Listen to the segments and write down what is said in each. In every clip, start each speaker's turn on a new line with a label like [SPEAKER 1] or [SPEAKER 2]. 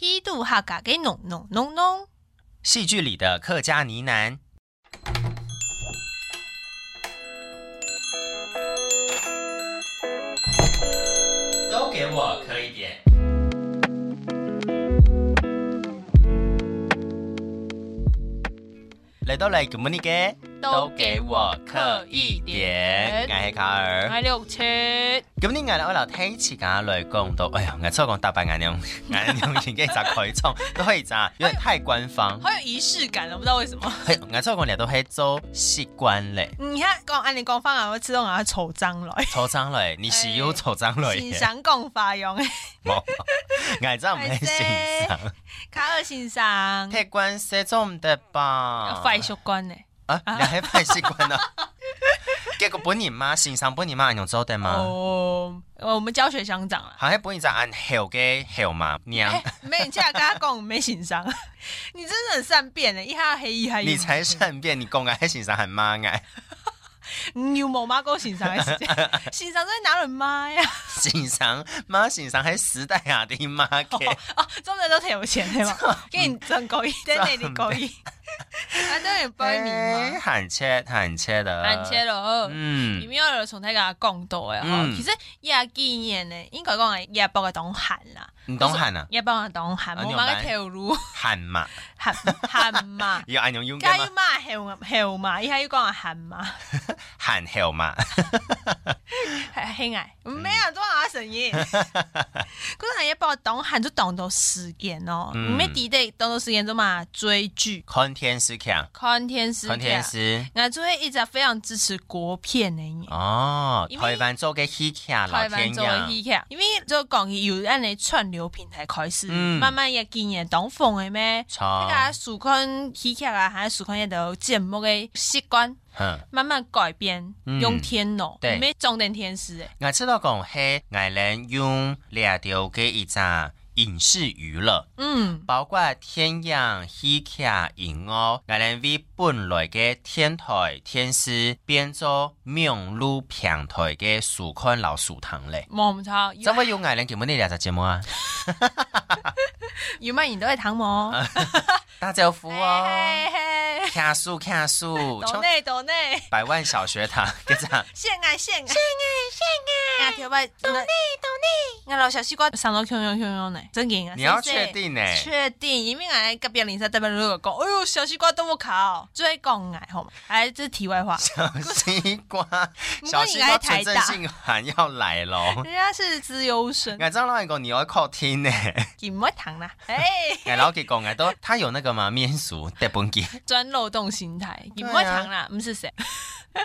[SPEAKER 1] 一度哈嘎给弄弄弄弄。
[SPEAKER 2] 戏剧里的客家呢喃。都给我磕一点。来都来，good morning 给，
[SPEAKER 1] 都给我磕一点
[SPEAKER 2] 我是卡尔。
[SPEAKER 1] 哎六七，
[SPEAKER 2] 咁呢眼我留聽次眼淚講到，哎呀，我初講大白眼娘，眼娘已經集佢衝，都可以咋，有點太官方。
[SPEAKER 1] 好有仪式感哦，我不知道为什 么。
[SPEAKER 2] 係我初講嚟都係做習慣咧，
[SPEAKER 1] 你看，讲按你讲法啊，我自动啊丑张 来，
[SPEAKER 2] 初生嚟，你是要初生嚟
[SPEAKER 1] 欣
[SPEAKER 2] 嘅，
[SPEAKER 1] 赏讲法 用的。
[SPEAKER 2] 冇， 我真唔係 欣賞。
[SPEAKER 1] 卡尔先生，
[SPEAKER 2] 太官寫做唔得吧？
[SPEAKER 1] 快速关呢？
[SPEAKER 2] 啊，你係快習 慣啊？結果本年嘛，先生本年嘛，用做得嘛，
[SPEAKER 1] 哦，我们教学乡长啦。
[SPEAKER 2] 係本年就按後嘅後嘛 娘
[SPEAKER 1] 哎，，没，你竟然跟他讲没欣赏， 你真的很善变呢，一下黑一下
[SPEAKER 2] 你才 善变，你講嘅先生係媽 嘅。
[SPEAKER 1] 你有冇妈够欣赏的时 间？欣赏在哪里妈呀？
[SPEAKER 2] 欣赏妈欣赏喺时代下的妈嘅，
[SPEAKER 1] 哦，中人都挺有钱的嘛， 给你整高一，嗯在那里高一， 啊，都有包你
[SPEAKER 2] 哎
[SPEAKER 1] 吗？
[SPEAKER 2] 韩切韩切的，
[SPEAKER 1] 安切，咯，里
[SPEAKER 2] 呃嗯，
[SPEAKER 1] 面有人从他甲讲到诶，吼
[SPEAKER 2] 嗯
[SPEAKER 1] 其实也纪念呢，应该讲诶，也包个当韩啦，
[SPEAKER 2] 你懂韩啊？
[SPEAKER 1] 也包个当韩，
[SPEAKER 2] 啊
[SPEAKER 1] 无
[SPEAKER 2] 你
[SPEAKER 1] 嘛
[SPEAKER 2] 有
[SPEAKER 1] 个
[SPEAKER 2] 买
[SPEAKER 1] 投 入
[SPEAKER 2] 韩嘛，。
[SPEAKER 1] 韩韩嘛
[SPEAKER 2] 要按用用
[SPEAKER 1] 加
[SPEAKER 2] 嘅
[SPEAKER 1] 要
[SPEAKER 2] 吗？
[SPEAKER 1] 骂后后嘛，伊还要讲韩嘛，
[SPEAKER 2] 韩后 嘛，
[SPEAKER 1] 还黑矮，没有多少声音。
[SPEAKER 2] 嗯
[SPEAKER 1] 可是还要把我当韩就当到时间哦，
[SPEAKER 2] 嗯
[SPEAKER 1] 你没记得当到时间做嘛追剧
[SPEAKER 2] 看天师看，
[SPEAKER 1] 看电视，
[SPEAKER 2] 看天师
[SPEAKER 1] 我就啊会一直非常支持国片的耶。
[SPEAKER 2] 哦，
[SPEAKER 1] 因为
[SPEAKER 2] 台湾做嘅戏剧啊，老
[SPEAKER 1] 台湾
[SPEAKER 2] 天
[SPEAKER 1] 作为
[SPEAKER 2] 呀，
[SPEAKER 1] 戏剧，因为就讲伊由安尼串流平台开始，
[SPEAKER 2] 嗯哦
[SPEAKER 1] 慢慢也今年当风的咩，
[SPEAKER 2] 错
[SPEAKER 1] 那，个啊数看戏剧啊，还是数看一条节目的习惯，
[SPEAKER 2] 哼，
[SPEAKER 1] 慢慢改变，
[SPEAKER 2] 嗯
[SPEAKER 1] 用天脑，
[SPEAKER 2] 对
[SPEAKER 1] 没装点天使的。
[SPEAKER 2] 我知道讲系，我能用掠到嘅一只影视娱乐。
[SPEAKER 1] 嗯，
[SPEAKER 2] 包括天阳、戏哦剧、音乐，我哋为本来嘅天台、电视变做名录平台嘅书刊老书堂咧。
[SPEAKER 1] 冇唔错，
[SPEAKER 2] 怎
[SPEAKER 1] 有
[SPEAKER 2] 么有我哋根本呢两只节目啊？
[SPEAKER 1] 有乜人都会谈 冇。
[SPEAKER 2] 打招呼哦，
[SPEAKER 1] 嘿嘿嘿，
[SPEAKER 2] 看书 看书，
[SPEAKER 1] 岛
[SPEAKER 2] 从
[SPEAKER 1] 内岛内，
[SPEAKER 2] 百万小学堂嘅 咋？
[SPEAKER 1] 献爱献爱献爱献爱，
[SPEAKER 2] 啊
[SPEAKER 1] 啊，条白岛内岛内，我老小西瓜上到 Q Q Q Q 呢，真劲啊！
[SPEAKER 2] 你要
[SPEAKER 1] 谢谢
[SPEAKER 2] 确定呢？
[SPEAKER 1] 确定，因为俺隔壁邻舍代表如果讲，哎呦，小西瓜都不考，最爱讲哎吼，哎，这是题外 话。
[SPEAKER 2] 小西瓜，
[SPEAKER 1] 你
[SPEAKER 2] 小西
[SPEAKER 1] 爱
[SPEAKER 2] 瓜
[SPEAKER 1] 台
[SPEAKER 2] 纯正
[SPEAKER 1] 大
[SPEAKER 2] 性还要来 咯。
[SPEAKER 1] 人家是资优生，
[SPEAKER 2] 我张老一个你要靠听呢，
[SPEAKER 1] 给莫糖啦，哎，
[SPEAKER 2] 我老给讲我啊都他有那个嘛面熟得 本机。
[SPEAKER 1] 钻漏洞心态，给莫
[SPEAKER 2] 对啊
[SPEAKER 1] 糖啦，不是谁，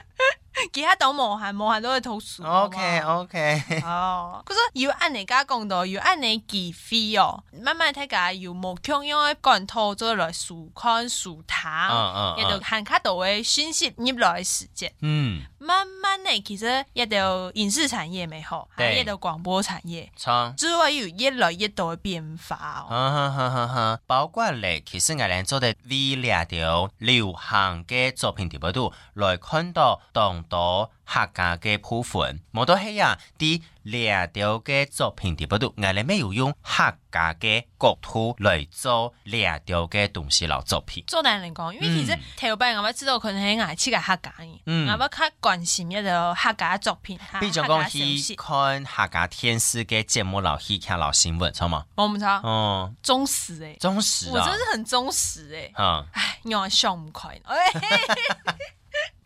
[SPEAKER 1] 给他懂某韩，某韩都会投诉。好不
[SPEAKER 2] OK
[SPEAKER 1] 好
[SPEAKER 2] OK。
[SPEAKER 1] 哦，佢说要按你家讲到，要按你记费哦，慢慢睇下要无强用嘅管套做来树看树糖，
[SPEAKER 2] 嗯
[SPEAKER 1] 也就handcut 到嘅信息入来的时间。
[SPEAKER 2] 嗯，
[SPEAKER 1] 慢慢的，其实一条影视产业没好，还
[SPEAKER 2] 对
[SPEAKER 1] 有一条广播产业，
[SPEAKER 2] 唱。
[SPEAKER 1] 只会有越来越多的变化哦。
[SPEAKER 2] 哈哈哈哈哈！包括咧，其實我哋做的 V 兩條流行嘅作品碟嗰度，來看到當到客家嘅部分，冇到係啊，啲兩條嘅作品碟嗰度，我哋沒有用客家嘅國土嚟做兩條嘅東西嚟作品。
[SPEAKER 1] 做難嚟講，因為其實
[SPEAKER 2] 嗯
[SPEAKER 1] 頭擺我要知道佢係牙齒嘅客家嘅，
[SPEAKER 2] 嗯
[SPEAKER 1] 我要較關心一條客家作品，客
[SPEAKER 2] 比如
[SPEAKER 1] 客
[SPEAKER 2] 講
[SPEAKER 1] 家消
[SPEAKER 2] 去
[SPEAKER 1] 息，
[SPEAKER 2] 看客家電視嘅節目嚟去看嚟新聞，錯嘛？
[SPEAKER 1] 我唔知道
[SPEAKER 2] 哦，
[SPEAKER 1] 忠實誒，
[SPEAKER 2] 忠實
[SPEAKER 1] 我
[SPEAKER 2] 啊
[SPEAKER 1] 真，是很忠實誒。
[SPEAKER 2] 嗯
[SPEAKER 1] 唉，讓我想唔開。 哎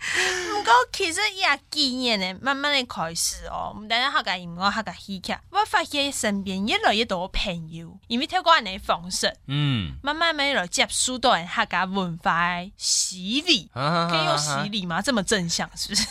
[SPEAKER 1] 唔過其實也幾年咧，慢慢的開始哦。唔單止客家音樂、客家戲劇，我發現身邊越來越多朋友，因為透過人哋方式，
[SPEAKER 2] 嗯，
[SPEAKER 1] 慢慢慢來接觸到人客家文化的洗禮。可以用洗禮嗎？這麼正向是不是？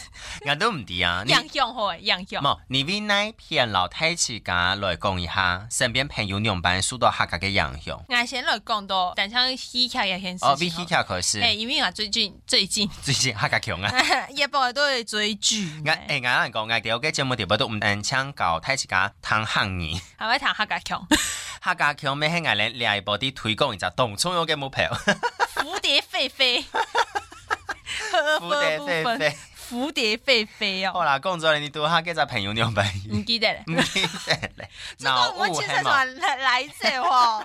[SPEAKER 2] 我都唔知啊，你
[SPEAKER 1] 樣樣好誒，樣樣。
[SPEAKER 2] 冇，你為那片老太起家來講一下，身邊朋友兩班受到客家嘅影響。
[SPEAKER 1] 我先來講到，但像戲劇嘅件事
[SPEAKER 2] 哦，為
[SPEAKER 1] 情
[SPEAKER 2] 戲
[SPEAKER 1] 哦。
[SPEAKER 2] 劇可是
[SPEAKER 1] 哎，因為我最近最近，
[SPEAKER 2] 最近客家強啊！
[SPEAKER 1] 一般都會追哎劇
[SPEAKER 2] 我
[SPEAKER 1] 呢。
[SPEAKER 2] 誒，我有人講我哋嘅節目條尾都唔單槍教太起家談行業，
[SPEAKER 1] 係咪談客家腔？
[SPEAKER 2] 客家強咩係我哋另一部啲推廣一隻動沖有嘅目標，
[SPEAKER 1] 蝴蝶狒狒，呵
[SPEAKER 2] 蝴蝶
[SPEAKER 1] 部分
[SPEAKER 2] 狒狒，
[SPEAKER 1] 蝴蝶飞飞哦，
[SPEAKER 2] 好啦，讲咗你拄下幾隻朋 友兩朋友，
[SPEAKER 1] 唔記得咧。
[SPEAKER 2] 唔記得咧。
[SPEAKER 1] 即係我
[SPEAKER 2] 腦
[SPEAKER 1] 清楚
[SPEAKER 2] 霧係嘛
[SPEAKER 1] 上來來者喎，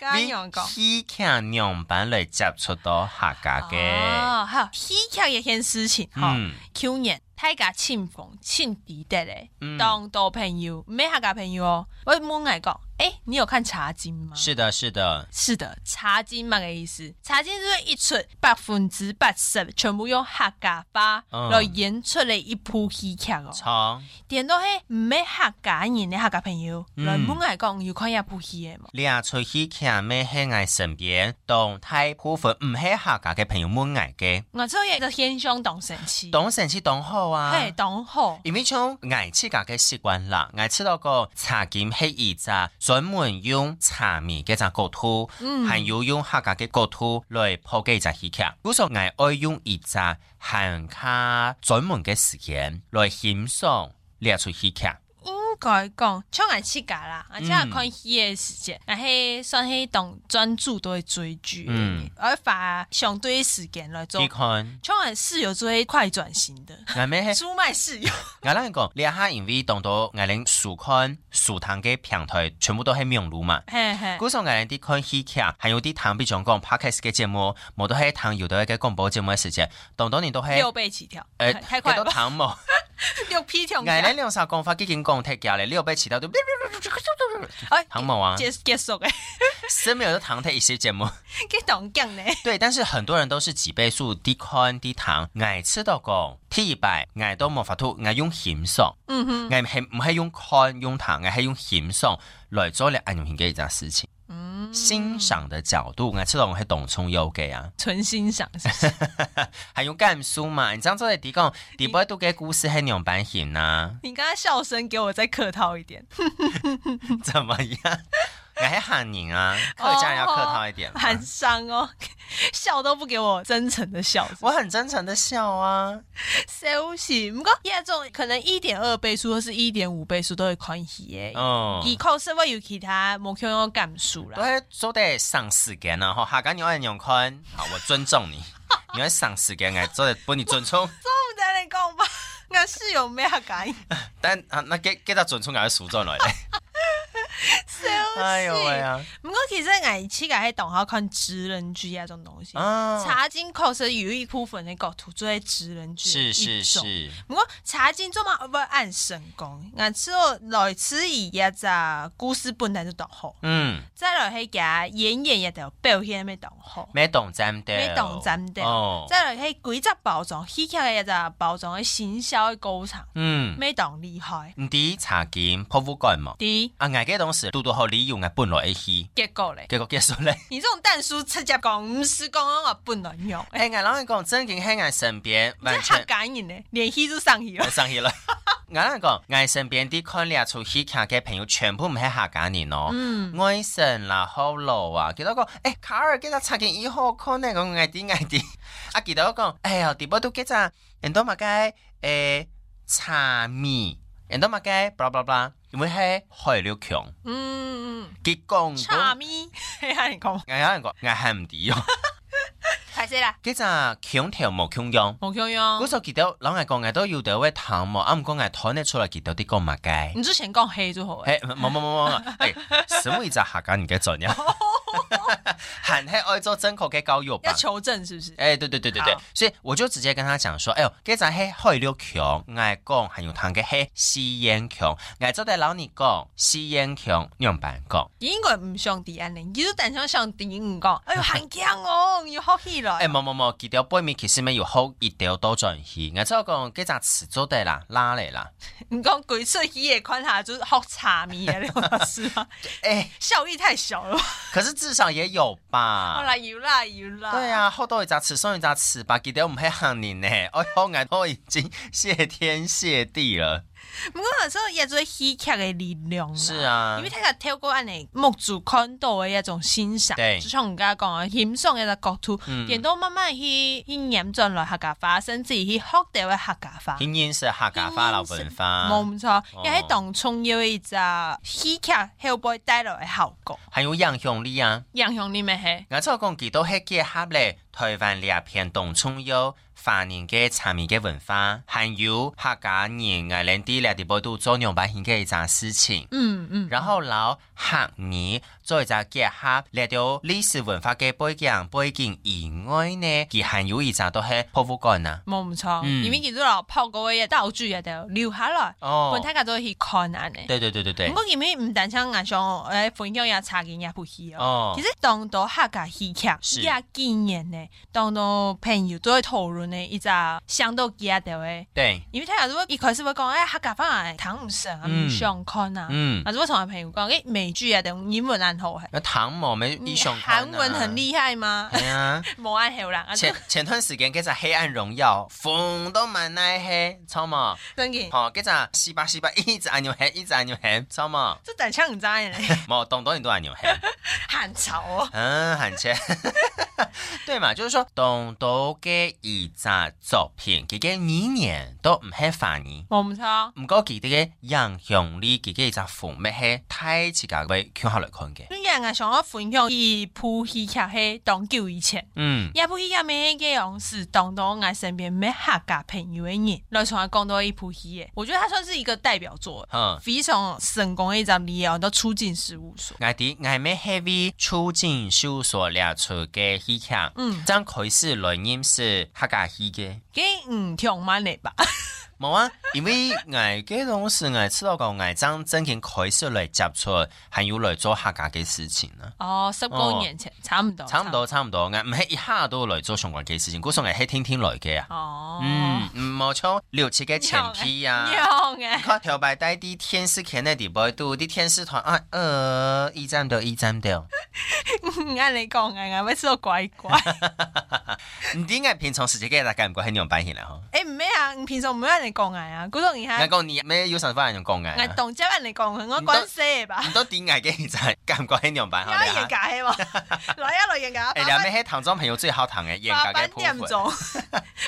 [SPEAKER 1] 剛剛哦有講。
[SPEAKER 2] 你戲劇樣板嚟接觸到客家嘅，
[SPEAKER 1] 哦，好，戲劇一件事情，哈，
[SPEAKER 2] 嗯，
[SPEAKER 1] 去年大家清逢清敵的嘞
[SPEAKER 2] 嗯，
[SPEAKER 1] 當到朋友，沒客家朋友哦，我問來講，哎，你有看茶金嗎？
[SPEAKER 2] 是的，是的，
[SPEAKER 1] 是的，茶金嘛个意思，茶金就是一出百分之八十全部用客家话
[SPEAKER 2] 嗯
[SPEAKER 1] 来演出了一部戏剧哦。
[SPEAKER 2] 從
[SPEAKER 1] 点到迄唔系客家人的客家朋友，
[SPEAKER 2] 嗯
[SPEAKER 1] 来本来讲有看一部戏的嘛。
[SPEAKER 2] 兩出戲劇咪喺我身邊，當大部分唔係客家嘅朋友問我嘅，
[SPEAKER 1] 我做一个现象当神奇，
[SPEAKER 2] 當成是當好啊。
[SPEAKER 1] 嘿当好，
[SPEAKER 2] 因为像爱自家嘅习惯啦，爱吃到个茶金系一只专门用茶米嘅只角度，
[SPEAKER 1] 嗯
[SPEAKER 2] 还有用客家嘅角度来破解只戏剧。古时爱爱用一只行家专门嘅时间来欣赏呢出戏剧。
[SPEAKER 1] 应该讲像俺自家啦，而且看戏的时间，俺系算系当专注都会追剧
[SPEAKER 2] 嗯
[SPEAKER 1] 的，而把相对的时间来做
[SPEAKER 2] 你。看，
[SPEAKER 1] 像俺室友做迄快转型的，
[SPEAKER 2] 我咩？
[SPEAKER 1] 出卖室友。
[SPEAKER 2] 我啷讲？呢下因为当到我哋书看、书堂嘅平台，全部都系名录嘛。
[SPEAKER 1] 嘿嘿，
[SPEAKER 2] 古上嘅啲看戏劇，還有啲唐比像講 podcast 嘅節目，冇都喺唐搖到一個廣播節目嘅時間，當當年都係
[SPEAKER 1] 六倍起跳，
[SPEAKER 2] 誒
[SPEAKER 1] 太快
[SPEAKER 2] 都
[SPEAKER 1] 了吧，
[SPEAKER 2] 唐冇。
[SPEAKER 1] 六 P 跳
[SPEAKER 2] 我。哋兩三講法幾件講踢嘅咧，你又俾遲到都
[SPEAKER 1] 哎
[SPEAKER 2] 唐冇啊，
[SPEAKER 1] 结结束诶，
[SPEAKER 2] 十秒都唐踢一些節目。
[SPEAKER 1] 给当讲呢？
[SPEAKER 2] 對，但是很多人都是幾倍數啲看啲糖，捱吃到講踢敗，捱都冇法度，捱用險爽，
[SPEAKER 1] 嗯哼，
[SPEAKER 2] 捱係唔係用看用糖，捱係用險爽來做你安用嘅一件事情。
[SPEAKER 1] 嗯，
[SPEAKER 2] 欣賞的角度，捱吃到我係動葱有嘅啊。
[SPEAKER 1] 纯欣赏 是不是
[SPEAKER 2] 还用干书嘛？你这样做的提供，底部都给故事很两版啊 型呐，
[SPEAKER 1] 你刚刚笑声给我再客套一 点，
[SPEAKER 2] 怎么样？我还喊你啊，客家人要客套一啊点嘛。
[SPEAKER 1] 很伤哦， 笑都不给我真诚的笑声。
[SPEAKER 2] 我很真诚的笑啊，
[SPEAKER 1] 休息，不过亚种可能一点二倍数或是一点五倍数都会宽喜耶。
[SPEAKER 2] 嗯，
[SPEAKER 1] 以后是会有其他目标要感数
[SPEAKER 2] 都
[SPEAKER 1] 啦。
[SPEAKER 2] 系做得上时间啊，吼，下个你要用看， 好，我尊重你，你要上时间，我做得帮你尊重，
[SPEAKER 1] 不得你讲 吧，我室友没有感应。
[SPEAKER 2] 但啊，那给给他尊重，我要赎罪来嘞。
[SPEAKER 1] 休
[SPEAKER 2] 哎呦喂
[SPEAKER 1] 息，
[SPEAKER 2] 啊，
[SPEAKER 1] 不过其实俺七个还懂好看职人剧啊这种东西。
[SPEAKER 2] 啊，
[SPEAKER 1] 茶经确实有一部分的构图做在职人剧的
[SPEAKER 2] 是
[SPEAKER 1] 一
[SPEAKER 2] 是
[SPEAKER 1] 种
[SPEAKER 2] 是，
[SPEAKER 1] 不过茶经做嘛不按神功，俺之后来此以一只故事本来就当好，
[SPEAKER 2] 嗯，
[SPEAKER 1] 再来迄个演员也得表现咪当好，
[SPEAKER 2] 没懂咱的，
[SPEAKER 1] 咪当真的。
[SPEAKER 2] 哦，
[SPEAKER 1] 再来迄几只包装，戏剧的一只包装的行销的高层，
[SPEAKER 2] 嗯，
[SPEAKER 1] 咪当厉害。
[SPEAKER 2] 唔知茶金破布干冇。
[SPEAKER 1] 第一
[SPEAKER 2] 啊，挨嘅当时拄拄好理由，挨本来会去，
[SPEAKER 1] 结果嘞，
[SPEAKER 2] 结果结束咧。
[SPEAKER 1] 你这种蛋叔直接讲，唔是讲我本来啊用，
[SPEAKER 2] 哎，挨老人讲真经喺挨身边，
[SPEAKER 1] 这
[SPEAKER 2] 完
[SPEAKER 1] 吓
[SPEAKER 2] 全
[SPEAKER 1] 感人呢，连戏都上去了。
[SPEAKER 2] 上去了。 俺人讲，俺身边啲看两出戏看嘅朋友，全部唔系客家人哦。
[SPEAKER 1] 嗯，
[SPEAKER 2] 爱神啦，好老啊！记得讲，诶、卡尔记得插件以后看呢讲爱啲爱啲。啊，记得讲，哎呀，直播都记得，人都嘛该诶茶米，人都嘛该 blah blah blah，因为系海流强，
[SPEAKER 1] 嗯嗯，
[SPEAKER 2] 结讲
[SPEAKER 1] 差
[SPEAKER 2] 讲，
[SPEAKER 1] 咪，嘿哈你讲，
[SPEAKER 2] 俺人讲，俺系唔知哦。
[SPEAKER 1] 开始啦，
[SPEAKER 2] 嗰陣強條冇強用，
[SPEAKER 1] 洪琼勇
[SPEAKER 2] 嗰。時候見到老外講嘅都要到位淡漠，啱唔講嘅睇得出來見到啲講物嘅。
[SPEAKER 1] 你之前講黑就好誒，
[SPEAKER 2] 誒冇冇冇冇冇，誒什麼就啊 下緊而家做呀？ 韓係愛做正確嘅教育吧哎
[SPEAKER 1] 要。求證是不是？
[SPEAKER 2] 誒對對對對對
[SPEAKER 1] 好，
[SPEAKER 2] 所以我就直接跟他講說，哎呦，嗰陣係海流強，愛講係用談嘅係吸煙強，愛做對老你講吸煙強，用白講。
[SPEAKER 1] 應該唔上第安寧，其實但想上第五講，哎呦，很強 哦，要學起
[SPEAKER 2] 誒
[SPEAKER 1] 來。
[SPEAKER 2] 哎冇冇冇，見到背面其實咪要好熱調多進去，我即係講嗰陣詞做對啦，拉嚟啦。
[SPEAKER 1] 你講鬼出戲也看下，就是學茶米啊，你 話是嗎？
[SPEAKER 2] 誒。
[SPEAKER 1] 效益太小 了。
[SPEAKER 2] 哎可是至少也有
[SPEAKER 1] 好
[SPEAKER 2] 吧。
[SPEAKER 1] 啦，有啦，有啦。
[SPEAKER 2] 啊 对，啊，厚道一扎吃，松一扎吃吧，记得我们还喊你呢。 哎呦，俺都已经谢天谢地 了。
[SPEAKER 1] 不過那時候也做戲劇的力量啦
[SPEAKER 2] 是。啊
[SPEAKER 1] 因為，大家透過安尼木主看到的一種欣賞，
[SPEAKER 2] 對
[SPEAKER 1] 就像人家講的欣賞的一個角度，
[SPEAKER 2] 嗯
[SPEAKER 1] 然後慢慢去去演進來客家話，甚至去學到的客家話。
[SPEAKER 2] 拼音是客家话老文化，
[SPEAKER 1] 冇錯，因為當中有一隻喜劇 Hellboy 帶來嘅效果，
[SPEAKER 2] 還有影响力啊。
[SPEAKER 1] 影響你咪係
[SPEAKER 2] 俺做讲记到迄结合咧，台灣兩片東涌有華人嘅參與嘅文化，還有客家人愛嚟啲兩地報道做兩百件嘅一件事情。
[SPEAKER 1] 嗯嗯，
[SPEAKER 2] 然後老客語做一隻結合，嚟到歷史文化嘅背景背景以外呢，佢還有一隻都係博物館啊。
[SPEAKER 1] 冇唔錯，
[SPEAKER 2] 嗯
[SPEAKER 1] 因為見到落泡嗰位嘢道具啊，就留下來，
[SPEAKER 2] 哦
[SPEAKER 1] 本，睇下都去看下咧。
[SPEAKER 2] 對對對對對
[SPEAKER 1] 不，過因為唔單止眼上誒分享也查見也不去哦。
[SPEAKER 2] 哦
[SPEAKER 1] 其，實當到客家戲劇
[SPEAKER 2] 是
[SPEAKER 1] 也經驗呢，當到朋友都去討論呢，一隻想到幾啊條嘅，
[SPEAKER 2] 對，
[SPEAKER 1] 因為睇下如果一開始會講誒客家翻嚟睇唔上啊，
[SPEAKER 2] 嗯
[SPEAKER 1] 唔想看啊，
[SPEAKER 2] 嗯，
[SPEAKER 1] 或者我同我朋友講誒美劇啊，定英文很好係，
[SPEAKER 2] 那唐某咪
[SPEAKER 1] 你
[SPEAKER 2] 一上
[SPEAKER 1] 韓嗯文很厲害嗎？
[SPEAKER 2] 害啊。
[SPEAKER 1] 冇眼好啦，
[SPEAKER 2] 前前段時間嗰隻《黑暗榮耀》，風都蠻耐黑，錯冇？
[SPEAKER 1] 真嘅，
[SPEAKER 2] 好，嗰隻西巴西巴一直按牛黑，一直按牛黑，錯冇？
[SPEAKER 1] 即大槍唔知咧，
[SPEAKER 2] 冇，懂懂你都按牛黑，
[SPEAKER 1] 很醜啊！
[SPEAKER 2] 嗯，很 切。對嘛，就是說，懂到嘅一隻作品，佢嘅語言都唔係繁語，
[SPEAKER 1] 我唔錯，
[SPEAKER 2] 唔過佢哋嘅影響力，佢嘅一隻風咩係太自家位圈下來看嘅，
[SPEAKER 1] 因為我想我分享一部戲劇係當久以前。
[SPEAKER 2] 嗯，
[SPEAKER 1] 也不一樣咩嘅樣是當到我身邊咩客家朋友嘅人來從我講到一部戲嘅，我覺得它算是一個代表作，
[SPEAKER 2] 哼。
[SPEAKER 1] 非常成功嘅一張戲哦，到出境事務所。
[SPEAKER 2] 我哋我咩 heavy 促進搜索列出嘅戲劇，
[SPEAKER 1] 嗯，
[SPEAKER 2] 將開始來認識客家戲嘅。
[SPEAKER 1] 幾唔強慢嚟吧？
[SPEAKER 2] 冇啊，因為我嘅同事我知道講我將真正開始來接觸，還有來做客家嘅事情啦。
[SPEAKER 1] 哦，十
[SPEAKER 2] 哦
[SPEAKER 1] 多年前，差唔多，
[SPEAKER 2] 差唔多，差唔多，我唔係一下都來做相關嘅事情，估上係天天來嘅啊。
[SPEAKER 1] 哦，
[SPEAKER 2] 嗯，嗯冇錯，六次嘅前批啊。
[SPEAKER 1] 有嘅，
[SPEAKER 2] 看條擺低啲天使劇嘅地步，度啲天使團啊，呃，一站到一站到。
[SPEAKER 1] 唔按你講嘅，我咪知道怪怪。
[SPEAKER 2] 唔知我平常時自己大家唔覺係用擺現啦 嗬。
[SPEAKER 1] 誒唔咩啊？唔平常唔會按你講嘅啊，古董而
[SPEAKER 2] 我
[SPEAKER 1] 家
[SPEAKER 2] 講你咩要神翻人講 嘅，
[SPEAKER 1] 我當真按你講嘅，我關事吧？
[SPEAKER 2] 唔多點解嘅就係感覺 很樣板
[SPEAKER 1] 有
[SPEAKER 2] 好你
[SPEAKER 1] 嘢
[SPEAKER 2] 嚇。
[SPEAKER 1] 解喎，來一來嘢解，
[SPEAKER 2] 誒，
[SPEAKER 1] 麻
[SPEAKER 2] 兩
[SPEAKER 1] 煩
[SPEAKER 2] 咩喺唐裝朋友最好談嘅嚴
[SPEAKER 1] 八
[SPEAKER 2] 格嘅
[SPEAKER 1] 班
[SPEAKER 2] 鋪
[SPEAKER 1] 店
[SPEAKER 2] 款，
[SPEAKER 1] 總，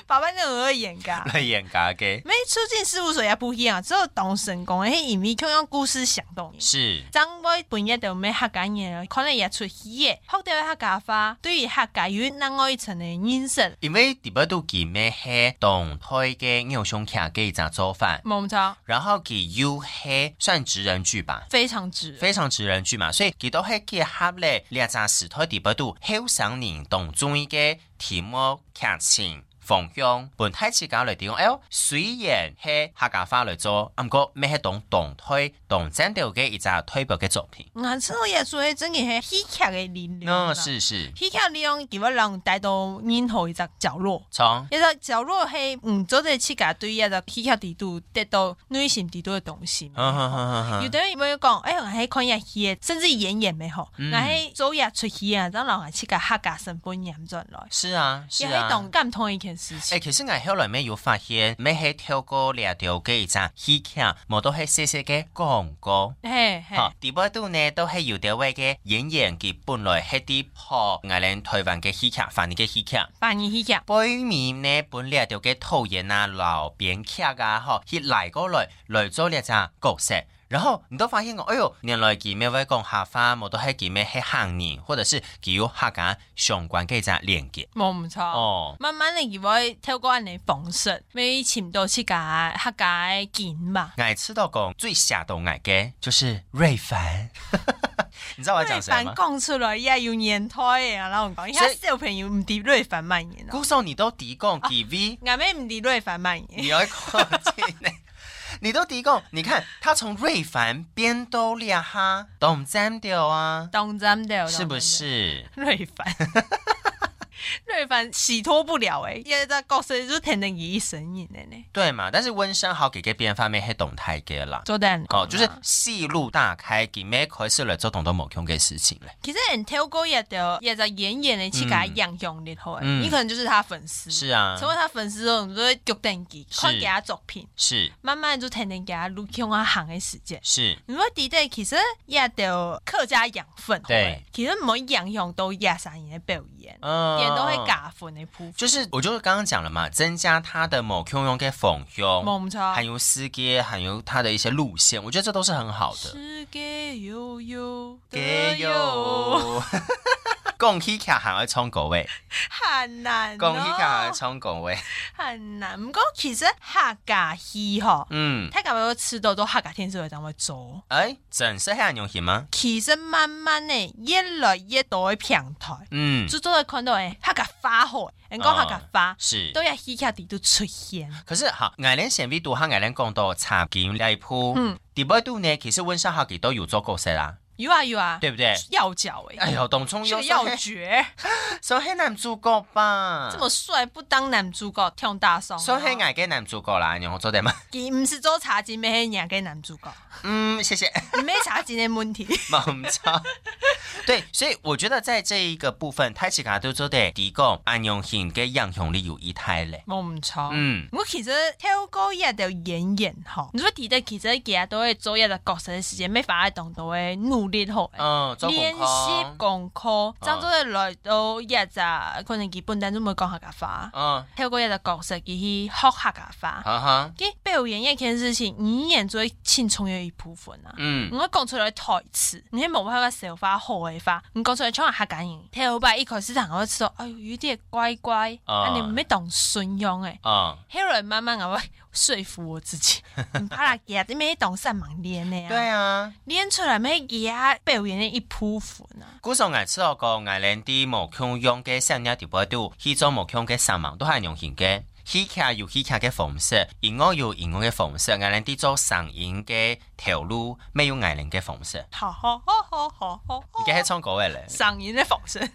[SPEAKER 1] 八班店總會演噶。
[SPEAKER 2] 係嚴格嘅。
[SPEAKER 1] 每出境事務所也不一樣，只有當成功的影迷可以用故事想動人。
[SPEAKER 2] 是，
[SPEAKER 1] 張偉本一就咩客家人，可能也出戲嘅，學到客家話，對於客家有另外一層的認識。
[SPEAKER 2] 因為第八都佢咩係動態嘅偶像劇嘅一種做法，
[SPEAKER 1] 冇錯，
[SPEAKER 2] 然後佢又係算職人劇吧。
[SPEAKER 1] 非常值。
[SPEAKER 2] 非常職人劇嘛，所以佢都係結合咧兩隻時代第八度後生年當中嘅題目、劇情、方向，本體自家嚟點講？哎呦，雖然係客家話嚟做，啊唔過咩係當動態、當真調嘅一隻推表嘅作品。
[SPEAKER 1] 我知道也做的真嘅係戲劇嘅力量
[SPEAKER 2] 嗯，
[SPEAKER 1] 啦。
[SPEAKER 2] 是是，
[SPEAKER 1] 戲劇利用基本上帶到任何一個角落。
[SPEAKER 2] 從
[SPEAKER 1] 一個角落係唔嗯做得世界對一個戲劇地度得到內心地度嘅東西。
[SPEAKER 2] 嗯哼哼哼
[SPEAKER 1] 有
[SPEAKER 2] 哼
[SPEAKER 1] 啲人會講，哎，我喺看日戲，甚至演演咪好，
[SPEAKER 2] 嗯
[SPEAKER 1] 我喺早日出戲啊，等老人去個客家成本演進來，
[SPEAKER 2] 是啊是
[SPEAKER 1] 也
[SPEAKER 2] 啊
[SPEAKER 1] 係。同感同一件事
[SPEAKER 2] 誒，
[SPEAKER 1] 情。
[SPEAKER 2] 其實我後來咩有發現，咩係透過兩條嘅一隻戲劇，冇都係細細嘅廣告。
[SPEAKER 1] 嘿嘿，
[SPEAKER 2] 哎好，第八度呢都係有啲位嘅演員，佢本來係啲破我哋台灣嘅戲劇，反映嘅戲劇。
[SPEAKER 1] 扮演戲劇，
[SPEAKER 2] 背面呢本來就嘅導演啊、老編劇啊，吼，去嚟過來來做呢隻角色。然後你都發現我，哎呦，原來佢咩位講客話，我都係佢咩係行年，或者是佢有客家相關嘅一隻連結。
[SPEAKER 1] 冇唔錯。
[SPEAKER 2] 哦，
[SPEAKER 1] 慢慢你如果透過人哋方式，咪潛到去家客家嘅見吧。
[SPEAKER 2] 我知道講最嚇到我嘅就是瑞凡， 你知道我在講誰
[SPEAKER 1] 凡
[SPEAKER 2] 嗎？
[SPEAKER 1] 講出來也有年代嘅啊，老人講，而
[SPEAKER 2] 所以
[SPEAKER 1] 家小朋友唔知瑞凡蔓延咯，
[SPEAKER 2] 古時你都提供 TV，
[SPEAKER 1] 我咩唔知瑞凡蔓延。
[SPEAKER 2] 你要靠近呢。 你都提供，你看他從瑞凡變到了啊哈，懂占掉啊，
[SPEAKER 1] 當真的，
[SPEAKER 2] 是不
[SPEAKER 1] 當真的？
[SPEAKER 2] 是？
[SPEAKER 1] 瑞凡， 瑞凡洗脱不了哎、欸，一个角色就天定一身影的呢，
[SPEAKER 2] 對嘛？但是溫山豪給嘅變方面係懂太嘅啦。
[SPEAKER 1] 做得很好
[SPEAKER 2] 哦，
[SPEAKER 1] 啊
[SPEAKER 2] 就是戲路大開，佢咩開始來做懂得某樣嘅事情咧？
[SPEAKER 1] 其實人跳過一條一個演員的去給他影響力好哎，
[SPEAKER 2] 嗯
[SPEAKER 1] 你可能就是他粉絲，
[SPEAKER 2] 是啊，
[SPEAKER 1] 成為他粉絲之後，你就會決定佢
[SPEAKER 2] 是
[SPEAKER 1] 看佢他作品，
[SPEAKER 2] 是
[SPEAKER 1] 慢慢就天天給他錄向他行的世界。
[SPEAKER 2] 是，
[SPEAKER 1] 你會記得其實一條客家養分好欸，其實唔會影響到廿三人的表演，
[SPEAKER 2] 嗯
[SPEAKER 1] 也都會加分的部分，
[SPEAKER 2] 就是我就是剛剛講了嘛，增加他的某樣用嘅方向，
[SPEAKER 1] 冇唔錯。
[SPEAKER 2] 還嗯有司機，還有他的一些路線，我覺得這都是很好的。
[SPEAKER 1] 世界悠悠，
[SPEAKER 2] 給
[SPEAKER 1] 的
[SPEAKER 2] 有， 讲起客行去唱歌位，
[SPEAKER 1] 很難
[SPEAKER 2] 讲起客行
[SPEAKER 1] 咯
[SPEAKER 2] 去，唱歌位，
[SPEAKER 1] 很難。唔過其實客家戲嗬，
[SPEAKER 2] 嗯，
[SPEAKER 1] 睇下有遲到到客家天水圍怎去做。
[SPEAKER 2] 哎，真是很用心吗？
[SPEAKER 1] 其實慢慢咧，越來越多嘅平台，
[SPEAKER 2] 嗯，
[SPEAKER 1] 就都會看到诶客家花海，人講客家花
[SPEAKER 2] 是
[SPEAKER 1] 都。有戲劇地都出現。
[SPEAKER 2] 可是哈，我哋先位都下我哋講到茶件嚟鋪，
[SPEAKER 1] 嗯，
[SPEAKER 2] 第八度呢，其實温莎下幾都有做角色啦，
[SPEAKER 1] 有啊有啊，
[SPEAKER 2] 對不對？
[SPEAKER 1] 要角诶，
[SPEAKER 2] 哎呦，哎董聪
[SPEAKER 1] 是
[SPEAKER 2] 又
[SPEAKER 1] 個要角，
[SPEAKER 2] 所以男主角吧，
[SPEAKER 1] 這麼帥不當男主角，跳大哦嫂。
[SPEAKER 2] 所以啊我嘅男主角啦，然後做啲嘛，
[SPEAKER 1] 佢唔是做茶錢，咩係人嘅男主角，
[SPEAKER 2] 嗯，謝謝。
[SPEAKER 1] 咩茶錢嘅問 題。
[SPEAKER 2] 冇错。对，所以我觉得在这一个部分，太奇卡都做得提供安用性嘅影响力有一态咧。
[SPEAKER 1] 冇唔錯。
[SPEAKER 2] 嗯，
[SPEAKER 1] 我其實透過一條演員吼，你說提到其實其實都會做一個角色嘅時間，咩法喺當度嘅努力好。
[SPEAKER 2] 嗯，做
[SPEAKER 1] 練
[SPEAKER 2] 功哦
[SPEAKER 1] 習
[SPEAKER 2] 課，
[SPEAKER 1] 功課，漳州嘅來到一隻可能基本單都冇講客家話，
[SPEAKER 2] 嗯，
[SPEAKER 1] 透過一隻角色佢去學客家話。
[SPEAKER 2] 哈哈，
[SPEAKER 1] 佢表演一件事情，語言最輕重要一部分啊。
[SPEAKER 2] 嗯，
[SPEAKER 1] 我講出來台詞，你係冇辦法笑花好嘅話，你講出來唱下客家人，聽好吧，一開始人我就知道，哎呦，有啲乖乖，
[SPEAKER 2] 啊
[SPEAKER 1] 啊你唔咩當信用嘅。
[SPEAKER 2] 嗯，
[SPEAKER 1] Hero 慢慢我会说服我自己，唔怕啦，其实咩当三盲练的
[SPEAKER 2] 对
[SPEAKER 1] 啊，
[SPEAKER 2] 啊。
[SPEAKER 1] 练出来咩嘢表演的一部分啊，
[SPEAKER 2] 古上我知道个，我连啲无腔用嘅商业直播度，去做无腔嘅上网都系用型嘅。戏剧有戏剧嘅方式，音乐有音乐嘅方式，我连啲做上演嘅条路，没有我连嘅方式。
[SPEAKER 1] 好好好好好好好，
[SPEAKER 2] 而家喺唱歌嘅咧。
[SPEAKER 1] 上演的方式，啊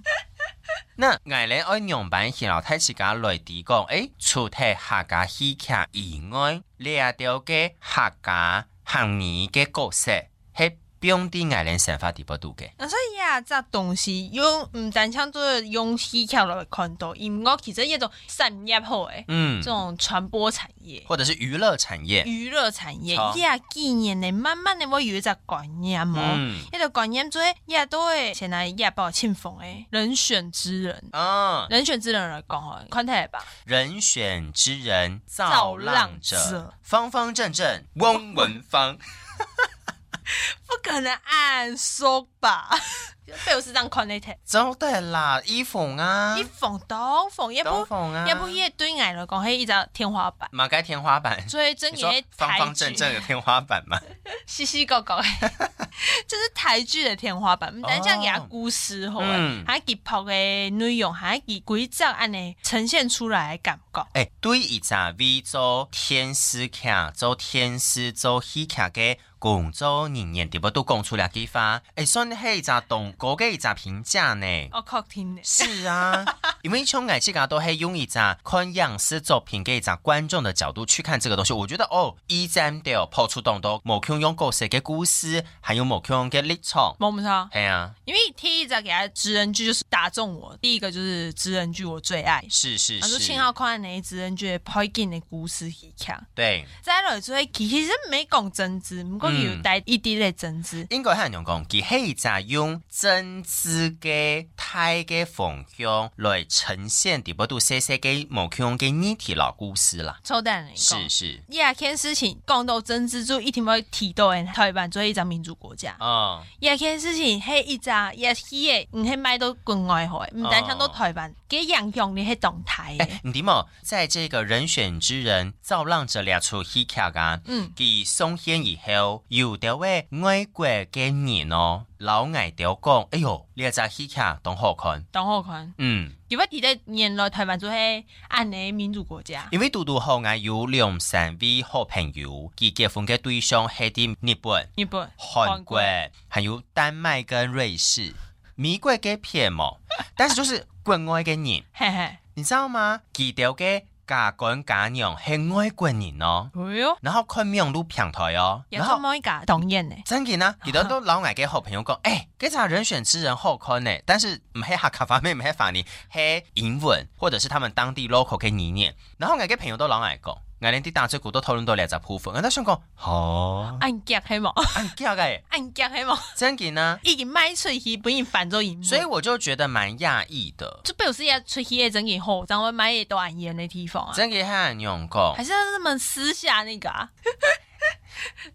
[SPEAKER 2] 那艾咧按样板然后睇自家內地講，誒，除睇客家戲劇以外，你也條嘅客家行業嘅角色係邊啲艾咧想法地不度嘅？
[SPEAKER 1] 所以啊，这东西用唔单像做用戏剧来看到，音乐其实一种产业好欸诶，
[SPEAKER 2] 嗯
[SPEAKER 1] 这，种传播产业。
[SPEAKER 2] 或者是娛樂產業，
[SPEAKER 1] 娱乐产业，
[SPEAKER 2] 好
[SPEAKER 1] 伊也几年嚟慢慢地会有一只观念哦，
[SPEAKER 2] 嗯，
[SPEAKER 1] 一个观念做也都会现在也保庆丰诶人选之人。
[SPEAKER 2] 啊，
[SPEAKER 1] 人选之人来讲哦，看睇吧。
[SPEAKER 2] 人選之人造
[SPEAKER 1] 造
[SPEAKER 2] 浪
[SPEAKER 1] 浪
[SPEAKER 2] 者
[SPEAKER 1] 者，
[SPEAKER 2] 方方正正，翁 文芳，
[SPEAKER 1] 不可能暗说 吧？
[SPEAKER 2] 嗯
[SPEAKER 1] 被我是这样看的睇，
[SPEAKER 2] 走得啦，衣服啊
[SPEAKER 1] 一，缝当缝，一
[SPEAKER 2] 都
[SPEAKER 1] 部
[SPEAKER 2] 縫啊，
[SPEAKER 1] 一部伊对眼来讲，系一只天花板。
[SPEAKER 2] 马街天花板，
[SPEAKER 1] 所以真
[SPEAKER 2] 你說
[SPEAKER 1] 嘅
[SPEAKER 2] 方
[SPEAKER 1] 台
[SPEAKER 2] 方正
[SPEAKER 1] 剧，
[SPEAKER 2] 正的天花板嘛，
[SPEAKER 1] 稀稀角 角的，这是台剧的天花板。唔单像牙故事好诶
[SPEAKER 2] 哦嗯，
[SPEAKER 1] 还结拍嘅内容，还结规则安尼呈现出来的感觉。
[SPEAKER 2] 诶、哎对一只 V 做天使剧、做天使做戏剧嘅广州人员，点不都讲出两句话？诶、哎算系一只动国嘅一只评价呢？
[SPEAKER 1] 我确定的，
[SPEAKER 2] 是啊，因为从我自家都系用一只看样式作品嘅一只观众的角度去看这个东西，我觉得哦，一站掉抛出动到某腔用故事嘅故事，还有某腔嘅立场，
[SPEAKER 1] 冇唔错。
[SPEAKER 2] 系啊，
[SPEAKER 1] 因为第一只给他职人剧就是打中我，第一个就是职人剧我最爱，
[SPEAKER 2] 是是，
[SPEAKER 1] 啊，就是青浩看那一只人觉得拍紧的故事戏剧，
[SPEAKER 2] 对。
[SPEAKER 1] 再来做其实没讲政治，不过
[SPEAKER 2] 嗯
[SPEAKER 1] 有带一啲的政治，
[SPEAKER 2] 應該係人講，佢係一隻用政治嘅態嘅方向來呈現啲不度細細嘅無腔嘅議題老故事啦。
[SPEAKER 1] 抽蛋嚟
[SPEAKER 2] 是
[SPEAKER 1] 讲。
[SPEAKER 2] 是，
[SPEAKER 1] 一啊件事情讲到政治，就一定会提到的台湾做一只民主国家。
[SPEAKER 2] 哦，
[SPEAKER 1] 一啊件事情系一只也是的，唔系卖到国外去，唔单向到台湾，嘅影响你系动态的。
[SPEAKER 2] 你點冇？在這個人選之人造浪者列出戲劇啊，
[SPEAKER 1] 嗯，
[SPEAKER 2] 佢上線以後，有啲位外國嘅人哦，老外條講，哎呦，呢一隻戲劇當好看，
[SPEAKER 1] 当好看。
[SPEAKER 2] 嗯。
[SPEAKER 1] 如果提到原来台湾做系安尼哎民主国家，
[SPEAKER 2] 因为嘟嘟好我有兩三位好朋友，佢結婚嘅對象係啲日本。
[SPEAKER 1] 日本、
[SPEAKER 2] 韩国，还有丹麦跟瑞士，美国嘅片嘛，但是就是国外嘅人，
[SPEAKER 1] 嘿嘿，
[SPEAKER 2] 你知道吗？佢哋嘅家公家娘係外国人哦，
[SPEAKER 1] 哎哟，
[SPEAKER 2] 然後佢用到平台哦，
[SPEAKER 1] 也
[SPEAKER 2] 然
[SPEAKER 1] 做
[SPEAKER 2] 後
[SPEAKER 1] 某一个当然呢。
[SPEAKER 2] 真嘅呢，佢哋都老外嘅好朋友 講，誒，嗰場人選之人好看呢，但是唔係客家方面，唔係法語，係英文或者是他們當地 local 嘅語言，然後我嘅朋友都老外講，我連啲大嘴股都討論到兩隻部分，我都想講， 好，
[SPEAKER 1] 按腳係冇，
[SPEAKER 2] 啊，叫嘅，
[SPEAKER 1] 按腳係冇，
[SPEAKER 2] 真啊嘅呢。
[SPEAKER 1] 已經賣出去，本然反咗鹽。
[SPEAKER 2] 所以我就觉得蛮讶异的。
[SPEAKER 1] 就表示要出去的整件好，然后買嘢都按鹽的地方啊，
[SPEAKER 2] 真嘅很用功，
[SPEAKER 1] 還是他們私下那個啊，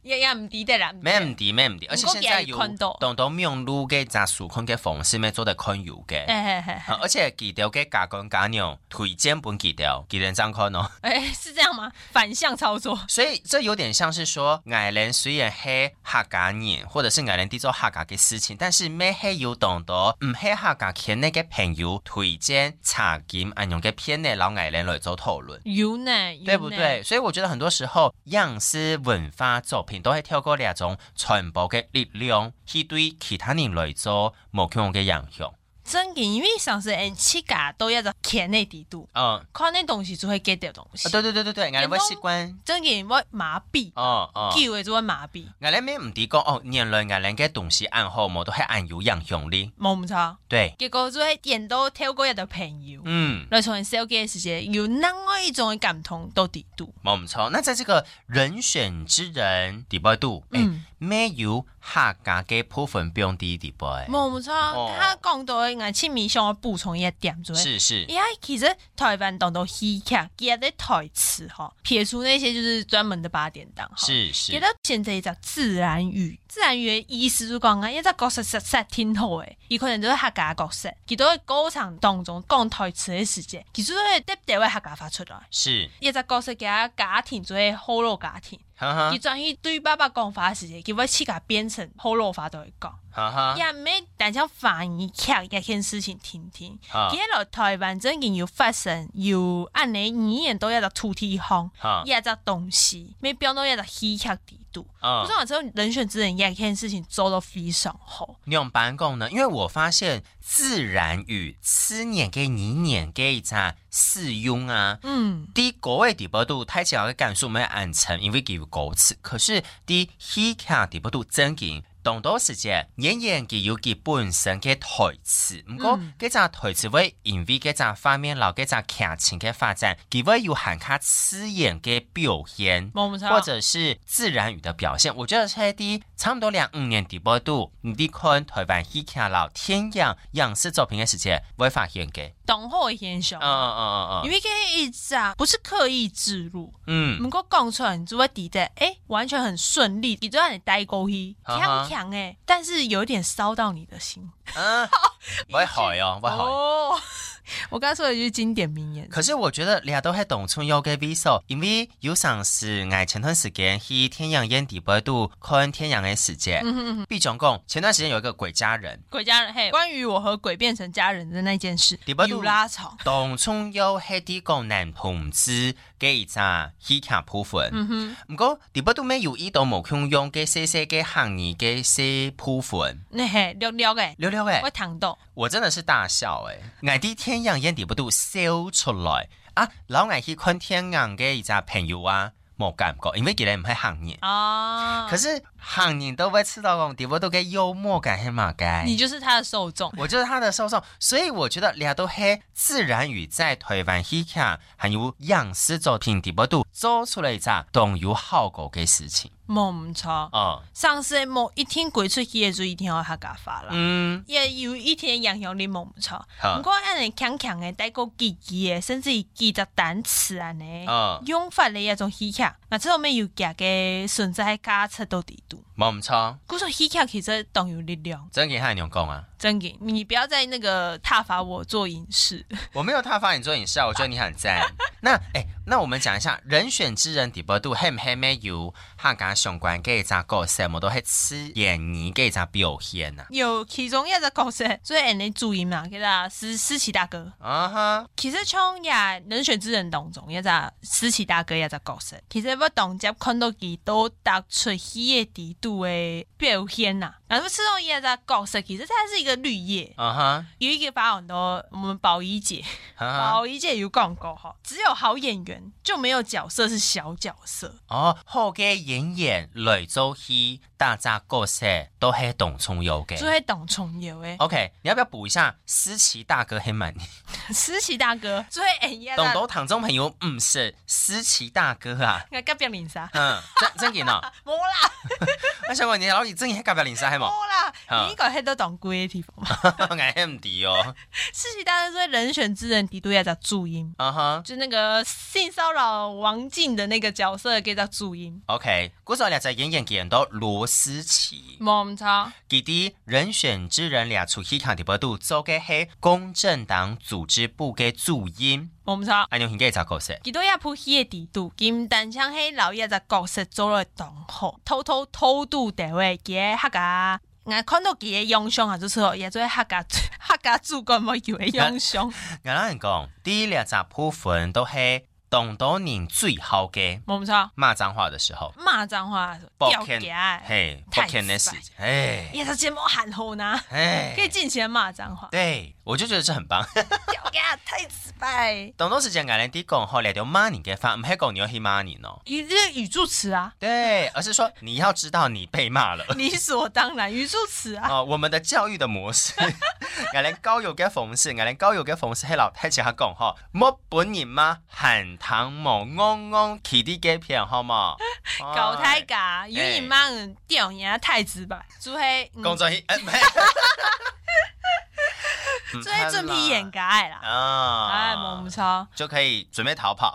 [SPEAKER 1] 也也唔知得啦，唔知
[SPEAKER 2] 咩唔知咩唔知，而且
[SPEAKER 1] 唔過
[SPEAKER 2] 現在
[SPEAKER 1] 其實
[SPEAKER 2] 有
[SPEAKER 1] 困到
[SPEAKER 2] 當到用路嘅雜樹困嘅方式咩做得困擾嘅。
[SPEAKER 1] 嘿嘿嘿嘿
[SPEAKER 2] 啊而且佢哋嘅加工加料推薦本佢哋，佢哋怎看哦？
[SPEAKER 1] 哎， 是这样吗？反向操作，
[SPEAKER 2] 所以这有点像是说，矮人虽然黑客家人，或者是矮人地做客家嘅事情，但是咩黑有懂得唔黑客家圈内嘅朋友推荐查金安用嘅片内老矮人来做讨论。
[SPEAKER 1] 有呢，有呢
[SPEAKER 2] 对不？对？所以我觉得很多时候，样式文化作品都会透过两种传播嘅力量，去对其他人来做无穷嘅影响。
[SPEAKER 1] 真嘅，因为上次人七家都要在看内地度，
[SPEAKER 2] 嗯，啊，
[SPEAKER 1] 看那东西就会 get 到东西。
[SPEAKER 2] 对对对对对，俺会习惯。
[SPEAKER 1] 真嘅我麻痹，
[SPEAKER 2] 啊哦哦，
[SPEAKER 1] 叫的就会麻痹，
[SPEAKER 2] 俺咧咩唔知讲哦，原来俺人嘅东西暗好冇都系暗有影响力。
[SPEAKER 1] 冇唔错。
[SPEAKER 2] 对，
[SPEAKER 1] 结果就会见到透过一个朋友。
[SPEAKER 2] 嗯，
[SPEAKER 1] 来从 sell 嘅时节，有另外一种的感同到底度，
[SPEAKER 2] 冇唔错。那在这个人选之人第八度，嗯
[SPEAKER 1] 嗯，
[SPEAKER 2] 咩有客家嘅部分标的第八？
[SPEAKER 1] 冇唔错。
[SPEAKER 2] 哦
[SPEAKER 1] 他讲到嘅，我前面想我补充一点就会
[SPEAKER 2] 是是，
[SPEAKER 1] 因为其实台湾当到 E 戏剧，佢的台词哈，撇除那些就是专门的八点档哈，
[SPEAKER 2] 是是
[SPEAKER 1] 给。到现在一只自然语，自然语的意思就讲啊，一只角色实实挺好诶，伊可能就是客家角色，佢都喺歌唱当中讲台词的时间，其实都会得地位客家发出来。
[SPEAKER 2] 是，
[SPEAKER 1] 一只角色嘅家庭就会好老家庭，
[SPEAKER 2] 哈哈
[SPEAKER 1] 佢转去对爸爸讲法的时间，佢会自家变成好老法都会讲，
[SPEAKER 2] 哈哈，
[SPEAKER 1] 也没但想翻译剧一件事情听听。
[SPEAKER 2] 哈
[SPEAKER 1] 今落台湾真件要發生，要按你語言都一個土地方，
[SPEAKER 2] 哈
[SPEAKER 1] 一個東西，要變到一個戲劇地度。
[SPEAKER 2] 嗯
[SPEAKER 1] 不是我知道人選之人，一件事情做得非常好。
[SPEAKER 2] 你用班共呢？因为我发现自然语思念给你念给咋适用啊。
[SPEAKER 1] 嗯，
[SPEAKER 2] 第国外底波度，太起来的感受没有暗沉，因为给狗吃。可是第戏剧底波度真紧，动多时间演员给有给本身嘅台词，不过
[SPEAKER 1] 嗯
[SPEAKER 2] 嗰只台词会因为嗰只方面老嗰只剧情嘅发展，佢会有含卡刺眼嘅表现。
[SPEAKER 1] 冇唔錯
[SPEAKER 2] 或者是自然语的表现。我觉得在第差不多两五年底波度，你的看台湾戏剧老天样样式作品的时间，会发现嘅。
[SPEAKER 1] 當好嘅現象
[SPEAKER 2] 嗯，嗯嗯
[SPEAKER 1] 因
[SPEAKER 2] 嗯
[SPEAKER 1] 為佢一直啊，不是刻意植入，
[SPEAKER 2] 嗯嗯，
[SPEAKER 1] 唔過講出來，你就會覺得，诶、完全很順利，你就讓你帶過去，
[SPEAKER 2] 啊哈
[SPEAKER 1] 強強诶，但是有一點燒到你的心。
[SPEAKER 2] 嗯，我会害哦，我会害。
[SPEAKER 1] 哦， 我剛才說了一句經典名言，
[SPEAKER 2] 可是我觉得俩都系董春优嘅 v i s o 因为有上是爱前段时间去天阳烟底波度看天阳的时间。嗯嗯。毕总共前段时间有一个鬼家人，
[SPEAKER 1] 鬼家人，嘿，关于我和鬼变成家人的那件事
[SPEAKER 2] 第八，度
[SPEAKER 1] 有拉吵。
[SPEAKER 2] 董春优系啲讲男同志嘅一扎戏剧部分。
[SPEAKER 1] 嗯哼，
[SPEAKER 2] 唔過，第八都咩有意到無腔用嘅細細嘅行業嘅些部分，
[SPEAKER 1] 那嘿聊聊诶，
[SPEAKER 2] 聊聊诶
[SPEAKER 1] 我，糖豆，
[SPEAKER 2] 我真的是大笑诶，我啲天陽眼第八都笑出來啊！老外去看天陽嘅一隻朋友啊，冇感覺，因為佢哋唔係行業，
[SPEAKER 1] 啊，
[SPEAKER 2] 可是行業都會吃到講第八都嘅幽默感係嘛嘅。
[SPEAKER 1] 你就是他的受众，
[SPEAKER 2] 我就是他的受众，所以我觉得俩都黑自然语在台湾戏剧还有样式作品第八度做出了一只懂有效果嘅事情。
[SPEAKER 1] 冇唔错。
[SPEAKER 2] 哦，
[SPEAKER 1] 上次某一天鬼出去的时候，一天我客家话啦，
[SPEAKER 2] 嗯。啊
[SPEAKER 1] 也有一天影响力冇唔错。
[SPEAKER 2] 哈
[SPEAKER 1] 不过安尼强强的带过记记的，甚至于记得单词安尼
[SPEAKER 2] 嗯，
[SPEAKER 1] 用法的一种戏剧，那这后面有夹嘅存在加出到底度。
[SPEAKER 2] 冇唔错，
[SPEAKER 1] 故说戏剧其实当有力量。
[SPEAKER 2] 真给汉人讲啊！
[SPEAKER 1] 真给你不要再那个挞伐我做影视，
[SPEAKER 2] 我没有他发你做影视啊，我觉得你很赞。那哎、那我们讲一下人选之人底波度，系唔系咩有客家相关嘅一只角色，我都系吃演绎嘅一只表现啊。
[SPEAKER 1] 有其中一个角色，所以人哋注意嘛，给他思思琪大哥。
[SPEAKER 2] 啊哈，
[SPEAKER 1] 其实从呀人选之人当中，一只思琪大哥一只角色，其实我当接看到几多突出戏的地度的表现呐、啊。然后其中一只角色，其实它是一个绿叶，
[SPEAKER 2] 啊哈，
[SPEAKER 1] 有一个把很多我们宝仪姐，
[SPEAKER 2] 啊哈，
[SPEAKER 1] 宝仪姐有讲过哈，只有好演员就没有角色是小角色。
[SPEAKER 2] 哦，后嘅演员来做戏，大家各色都是董聪有给。
[SPEAKER 1] 就会董重游诶，
[SPEAKER 2] OK，你要不要补一下思琪大哥黑满？
[SPEAKER 1] 思琪大哥就会哎呀，
[SPEAKER 2] 董董堂中朋友唔是思琪大哥啊。
[SPEAKER 1] 我隔壁面纱，
[SPEAKER 2] 嗯，真真件哦，
[SPEAKER 1] 冇啦
[SPEAKER 2] 我想问你老二真件喺隔壁连晒系冇？
[SPEAKER 1] 冇啦，
[SPEAKER 2] 嗯
[SPEAKER 1] 你应该喺到当贵嘅地方嘛。
[SPEAKER 2] 我系唔知哦，
[SPEAKER 1] 思琪大哥就会人选之人敌对要叫注音，
[SPEAKER 2] 啊哈
[SPEAKER 1] 就那个性骚扰王静的那个角色给叫注音，
[SPEAKER 2] ，OK，古早俩在演演见到罗思琪，
[SPEAKER 1] 冇唔错，
[SPEAKER 2] 佢啲人选之人俩出戏看直播度做嘅系公正党组织部嘅主音，
[SPEAKER 1] 冇唔错。
[SPEAKER 2] 安牛应该查故事，
[SPEAKER 1] 几多亚铺戏的地度，金单枪黑老爷在角色做了同好，偷偷偷渡地位嘅客家。我看到佢嘅英雄啊，就是说也做客家客家主角冇以为英雄，
[SPEAKER 2] 我老人讲，啲俩集部分都系董董人最好嘅
[SPEAKER 1] 冇错。
[SPEAKER 2] 骂脏话的时候，
[SPEAKER 1] 骂脏话，
[SPEAKER 2] 抱
[SPEAKER 1] 掉
[SPEAKER 2] 歉
[SPEAKER 1] 价，
[SPEAKER 2] 嘿，
[SPEAKER 1] 太
[SPEAKER 2] 抱歉的事
[SPEAKER 1] 帅
[SPEAKER 2] 情，哎
[SPEAKER 1] 也是节目喊吼呢，可以
[SPEAKER 2] 哎，
[SPEAKER 1] 尽情骂脏 话，
[SPEAKER 2] 对，我就觉得这很棒。
[SPEAKER 1] 掉价太失败。
[SPEAKER 2] 当当时间俺们啲讲好来到骂人嘅话，唔系讲你要去骂人哦，
[SPEAKER 1] 语这语助词啊，
[SPEAKER 2] 对，而是说你要知道你被骂了。
[SPEAKER 1] 理所当然，语助 词啊，
[SPEAKER 2] 哦，我们的教育的模式， 俺们交友嘅方式，俺们交友嘅方式，喺老太姐下讲吼，冇本人嘛，喊堂冇安安起啲嘅片 好哎冇？
[SPEAKER 1] 搞太假，有你妈的掉人太直白，除非
[SPEAKER 2] 哎，
[SPEAKER 1] 嗯
[SPEAKER 2] 工作 去，哎，唔
[SPEAKER 1] 除非准批眼界啦，
[SPEAKER 2] 啊，
[SPEAKER 1] 哎，冇唔错。
[SPEAKER 2] 就可以准备逃跑。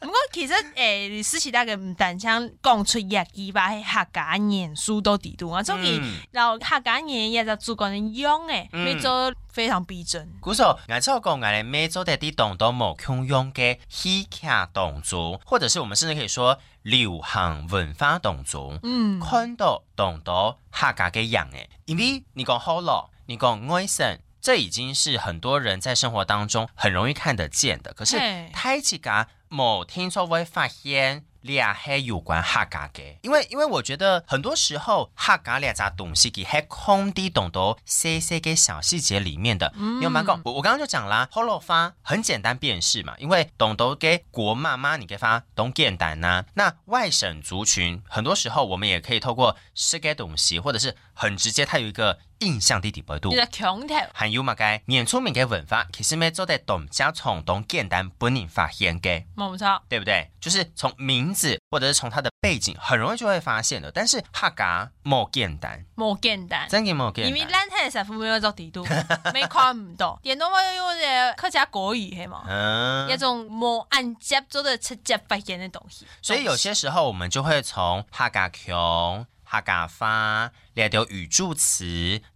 [SPEAKER 1] 不过其实诶，思琪大概唔但想讲出日语吧，係客家言书都地度啊，所以
[SPEAKER 2] 嗯
[SPEAKER 1] 老客家言也就主角人用诶，
[SPEAKER 2] 嗯
[SPEAKER 1] 咪做非常逼真。
[SPEAKER 2] 古时候，俺照讲，俺们每做的啲动作某共用嘅戏剧动作，或者是我们甚至可以说流行文化动作，
[SPEAKER 1] 嗯，
[SPEAKER 2] 看到动作客家嘅样诶，因为你讲好咯，你讲爱神，这已经是很多人在生活当中很容易看得见的。可是
[SPEAKER 1] 嘿
[SPEAKER 2] 太极噶某听说会发现。俩黑有关客家嘅，因为因为我觉得很多时候客家俩只东西，佮黑空地懂得细细嘅小细节里面的，你有蛮讲，我我刚刚就讲啦，h o l o 发很简单辨识嘛，因为懂得给国妈妈你给发懂简单呐、那外省族群很多时候我们也可以透过是给东西，或者是很直接，它有一个印象的底薄度
[SPEAKER 1] 你。的强头。
[SPEAKER 2] 还有嘛该年出名嘅文化，其实咩做在董家从懂简单本人发现嘅。
[SPEAKER 1] 冇错，
[SPEAKER 2] 对不对？就是从名字或者是从它的背景，很容易就会发现的。但是哈嘎莫简单，
[SPEAKER 1] 冇简单。
[SPEAKER 2] 真嘅莫简
[SPEAKER 1] 因为
[SPEAKER 2] 单。
[SPEAKER 1] 咱睇时分秒做地图，没看唔到，电脑要用个客家国语系嘛，一
[SPEAKER 2] 嗯，
[SPEAKER 1] 种冇按接做的直接发现的东西。
[SPEAKER 2] 所以有些时候我们就会从哈嘎穷、哈嘎发来条语助词，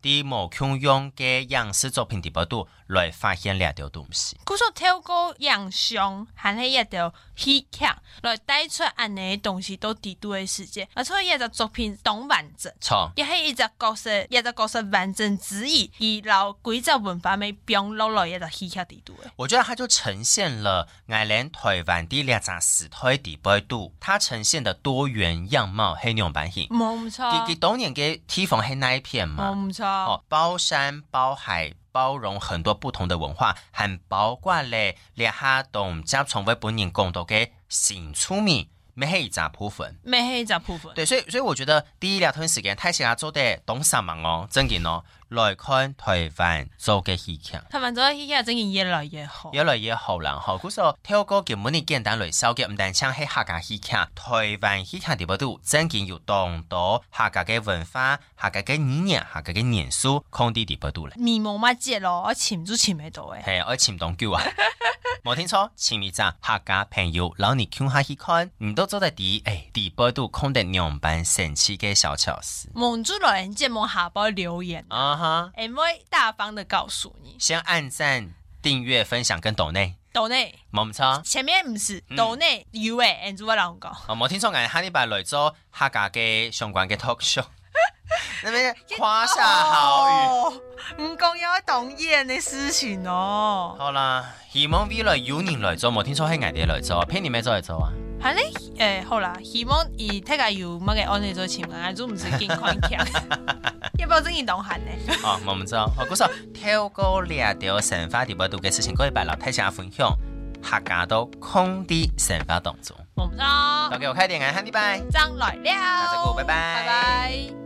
[SPEAKER 2] 啲某穷用嘅样式作品底部度来发现两条东西。
[SPEAKER 1] 故说透过影像，还是一条戏剧来带出安尼东西到地图的世界，而且一个作品懂完整。
[SPEAKER 2] 错，
[SPEAKER 1] 也系一只角色，一只角色完整之意，而老鬼只文化咪变落来一只戏剧地图的。
[SPEAKER 2] 我觉得它就呈现了爱莲台湾的两张时代底部度，它呈现的多元样貌黑牛版型。
[SPEAKER 1] 冇错，
[SPEAKER 2] 佮佮当年嘅 T 房黑那一片嘛，
[SPEAKER 1] 冇错，
[SPEAKER 2] 哦，包山包海，包容很多不同的文化，很包括嘞，连哈董家从为本人共同嘅新出名，没黑一杂部分。
[SPEAKER 1] 咩系一只部分？
[SPEAKER 2] 对，所以所以我觉得第一两段时间，太适合做的懂什么哦，真嘅哦，来看台湾做嘅戏剧。
[SPEAKER 1] 台湾做戏剧真系越来越好。
[SPEAKER 2] 越来越好啦，吼！古时候透过根本嘅简单来收嘅，唔但像喺客家戏剧、台湾戏剧地步度，真件要当到客家嘅文化、客家嘅语言、客家嘅元素，空地地步度咧。
[SPEAKER 1] 面冇乜接咯，我潜都潜唔到诶。
[SPEAKER 2] 嘿，我前懂叫啊， 冇听错，前面站客家朋友，老你看下去看，唔都做得第诶，地步度空得两版神奇嘅小巧思。
[SPEAKER 1] 蒙住老人节目下方留言，
[SPEAKER 2] 啊哈，
[SPEAKER 1] 诶，会大方的告诉你，
[SPEAKER 2] 先按赞、订阅、分享跟抖内，
[SPEAKER 1] 岛内
[SPEAKER 2] 冇唔错。
[SPEAKER 1] 前面唔是
[SPEAKER 2] 嗯
[SPEAKER 1] 岛内 U 诶，人做我老讲，
[SPEAKER 2] 哦，冇聽錯，我下禮拜來做客家嘅相關嘅 talk show，那邊夸下好
[SPEAKER 1] 哦
[SPEAKER 2] 語。
[SPEAKER 1] 雨，唔讲要懂嘢的事情哦。
[SPEAKER 2] 好啦，希望未來有人來做，冇聽錯係外地來做，騙你咩做嚟做啊？
[SPEAKER 1] 系咧，诶、好啦，希望伊睇下有乜嘅安尼做潜啊，做唔是健康 强，要不要真意懂行呢？
[SPEAKER 2] 哦，冇唔知，我嗰時候跳過兩條神花地步度嘅事情，嗰禮拜留睇下分享，客家到空地生活当中。
[SPEAKER 1] 我们知道
[SPEAKER 2] 都给我开点啊，下礼拜，
[SPEAKER 1] 张来了，
[SPEAKER 2] 大家好拜拜
[SPEAKER 1] 拜拜。